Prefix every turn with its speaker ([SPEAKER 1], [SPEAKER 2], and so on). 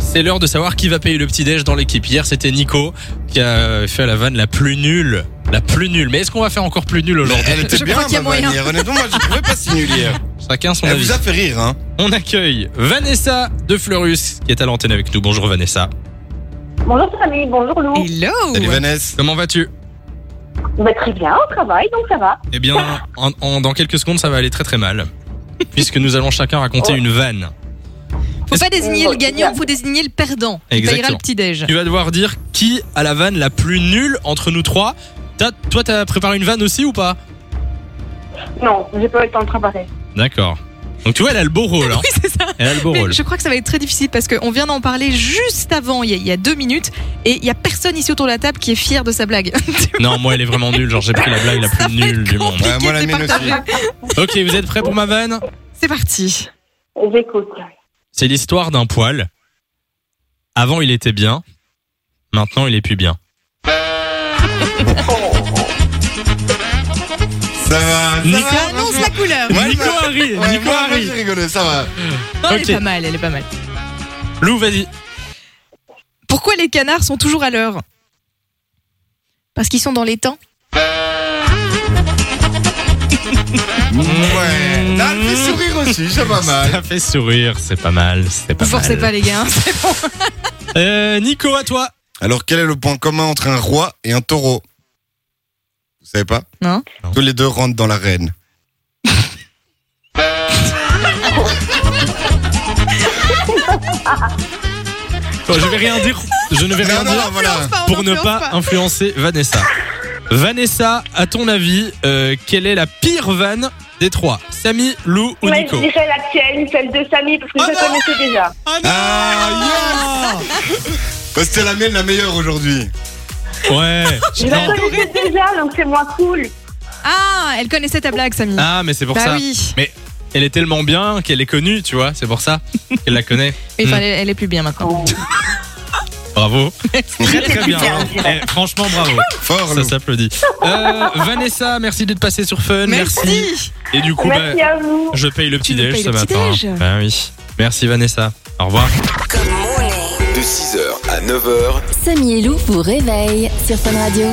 [SPEAKER 1] c'est l'heure de savoir qui va payer le petit-déj dans l'équipe. Hier, c'était Nico qui a fait la vanne la plus nulle. La plus nulle. Mais est-ce qu'on va faire encore plus nulle aujourd'hui
[SPEAKER 2] Elle était
[SPEAKER 3] Je
[SPEAKER 2] bien,
[SPEAKER 3] crois qu'il y a
[SPEAKER 2] ma
[SPEAKER 3] moyen. Ah
[SPEAKER 2] manière. Honnêtement, moi, je trouvais pas si nulle hier.
[SPEAKER 1] Chacun son
[SPEAKER 3] Eh,
[SPEAKER 2] Elle
[SPEAKER 1] avis.
[SPEAKER 2] vous a fait rire, hein.
[SPEAKER 1] On accueille Vanessa de Fleurus qui est à l'antenne avec nous. Bonjour Vanessa.
[SPEAKER 4] Bonjour famille, bonjour Lou.
[SPEAKER 3] Hello
[SPEAKER 2] Salut, Vanessa.
[SPEAKER 1] Comment vas-tu
[SPEAKER 4] Bah, très bien, au travail, donc ça va.
[SPEAKER 1] Eh bien, en- en- dans quelques secondes, ça va aller très très mal. Puisque nous allons chacun raconter
[SPEAKER 3] Oh.
[SPEAKER 1] une vanne.
[SPEAKER 3] Faut pas désigner le gagnant, faut désigner le perdant. Il payera
[SPEAKER 1] Exactement.
[SPEAKER 3] le petit-déj.
[SPEAKER 1] Tu vas devoir dire qui a la vanne la plus nulle entre nous trois. T'as- toi, t'as préparé une vanne aussi ou pas
[SPEAKER 4] Non, j'ai pas eu le temps de préparer.
[SPEAKER 1] D'accord. Donc tu vois, elle a le beau rôle. hein.
[SPEAKER 3] Oui, c'est ça.
[SPEAKER 1] Elle a le beau
[SPEAKER 3] Mais
[SPEAKER 1] rôle.
[SPEAKER 3] je crois que ça va être très difficile parce qu'on vient d'en parler juste avant, il y, a, il y a deux minutes, et il y a personne ici autour de la table qui est fier de sa blague.
[SPEAKER 1] Non, moi, elle est vraiment nulle. Genre, j'ai pris la blague la plus nulle du monde.
[SPEAKER 2] Ouais, moi, la
[SPEAKER 3] Compliqué de
[SPEAKER 2] mienne aussi.
[SPEAKER 3] partager.
[SPEAKER 1] Ok, vous êtes prêts pour ma vanne
[SPEAKER 3] C'est parti.
[SPEAKER 4] J'écoute.
[SPEAKER 1] C'est l'histoire d'un poil. Avant, il était bien. Maintenant, il est plus bien.
[SPEAKER 2] Ça va.
[SPEAKER 1] Nico
[SPEAKER 2] ça va,
[SPEAKER 3] Ça annonce la couleur.
[SPEAKER 2] Ouais,
[SPEAKER 1] Nico
[SPEAKER 2] moi-
[SPEAKER 1] Harry,
[SPEAKER 2] Ouais,
[SPEAKER 1] Nico
[SPEAKER 2] moi, moi,
[SPEAKER 1] Harry.
[SPEAKER 2] j'ai rigolé, ça va.
[SPEAKER 3] Mm. Non,
[SPEAKER 1] Ok.
[SPEAKER 3] Elle est pas mal, elle est pas mal.
[SPEAKER 1] Lou, vas-y.
[SPEAKER 3] Pourquoi les canards sont toujours à l'heure Parce qu'ils sont dans les temps.
[SPEAKER 2] Ouais. T'as le fait sourire aussi, c'est pas mal.
[SPEAKER 1] Ça fait sourire, c'est pas mal, c'est pas
[SPEAKER 3] Vous forcez
[SPEAKER 1] mal.
[SPEAKER 3] pas les gars. hein.
[SPEAKER 1] Euh, Nico, à toi.
[SPEAKER 2] Alors, quel est le point commun entre un roi et un taureau Vous savez pas
[SPEAKER 3] Non.
[SPEAKER 1] Non.
[SPEAKER 2] Tous les deux rentrent dans l'arène.
[SPEAKER 1] Bon, Oh, je vais rien dire. Je ne vais
[SPEAKER 2] Non,
[SPEAKER 1] rien
[SPEAKER 2] non,
[SPEAKER 1] dire
[SPEAKER 2] non, voilà.
[SPEAKER 3] Enfin, on
[SPEAKER 1] pour ne
[SPEAKER 3] n'influence
[SPEAKER 1] pas, influencer Vanessa. Vanessa, à ton avis, euh, quelle est la pire vanne des trois Samy, Lou ou
[SPEAKER 4] Mais je
[SPEAKER 1] Nico
[SPEAKER 4] dirais la tienne, celle de Samy, parce que
[SPEAKER 1] Ah
[SPEAKER 4] je
[SPEAKER 1] non
[SPEAKER 4] la connaissais déjà.
[SPEAKER 1] Ah
[SPEAKER 2] Ah, Bah, C'était la mienne la meilleure aujourd'hui.
[SPEAKER 1] Ouais.
[SPEAKER 4] Je la
[SPEAKER 1] Non.
[SPEAKER 4] connaissais déjà, donc c'est moins cool.
[SPEAKER 3] Ah, elle connaissait ta blague, Samy.
[SPEAKER 1] Ah, mais c'est pour
[SPEAKER 3] bah
[SPEAKER 1] ça.
[SPEAKER 3] oui.
[SPEAKER 1] Elle est tellement bien qu'elle est connue, tu vois. C'est pour ça qu'elle la connaît.
[SPEAKER 3] Et
[SPEAKER 1] Hmm.
[SPEAKER 3] enfin, elle, elle est plus bien
[SPEAKER 1] Oh,
[SPEAKER 3] maintenant.
[SPEAKER 1] Bravo. Très très bien.
[SPEAKER 4] bien, je dirais.
[SPEAKER 1] Eh, franchement, bravo.
[SPEAKER 2] Fort,
[SPEAKER 1] Ça
[SPEAKER 2] Lou.
[SPEAKER 1] s'applaudit. Euh, Vanessa, merci d'être passée sur Fun. Et du coup, bah,
[SPEAKER 4] Merci à vous.
[SPEAKER 1] Je paye le petit
[SPEAKER 3] nous
[SPEAKER 1] déj
[SPEAKER 3] payes
[SPEAKER 1] ce
[SPEAKER 3] le petit
[SPEAKER 1] matin.
[SPEAKER 3] déj.
[SPEAKER 1] Ben oui. Merci Vanessa. Au revoir.
[SPEAKER 5] De 6h à 9h,
[SPEAKER 6] Samy et Lou vous réveille sur Fun Radio.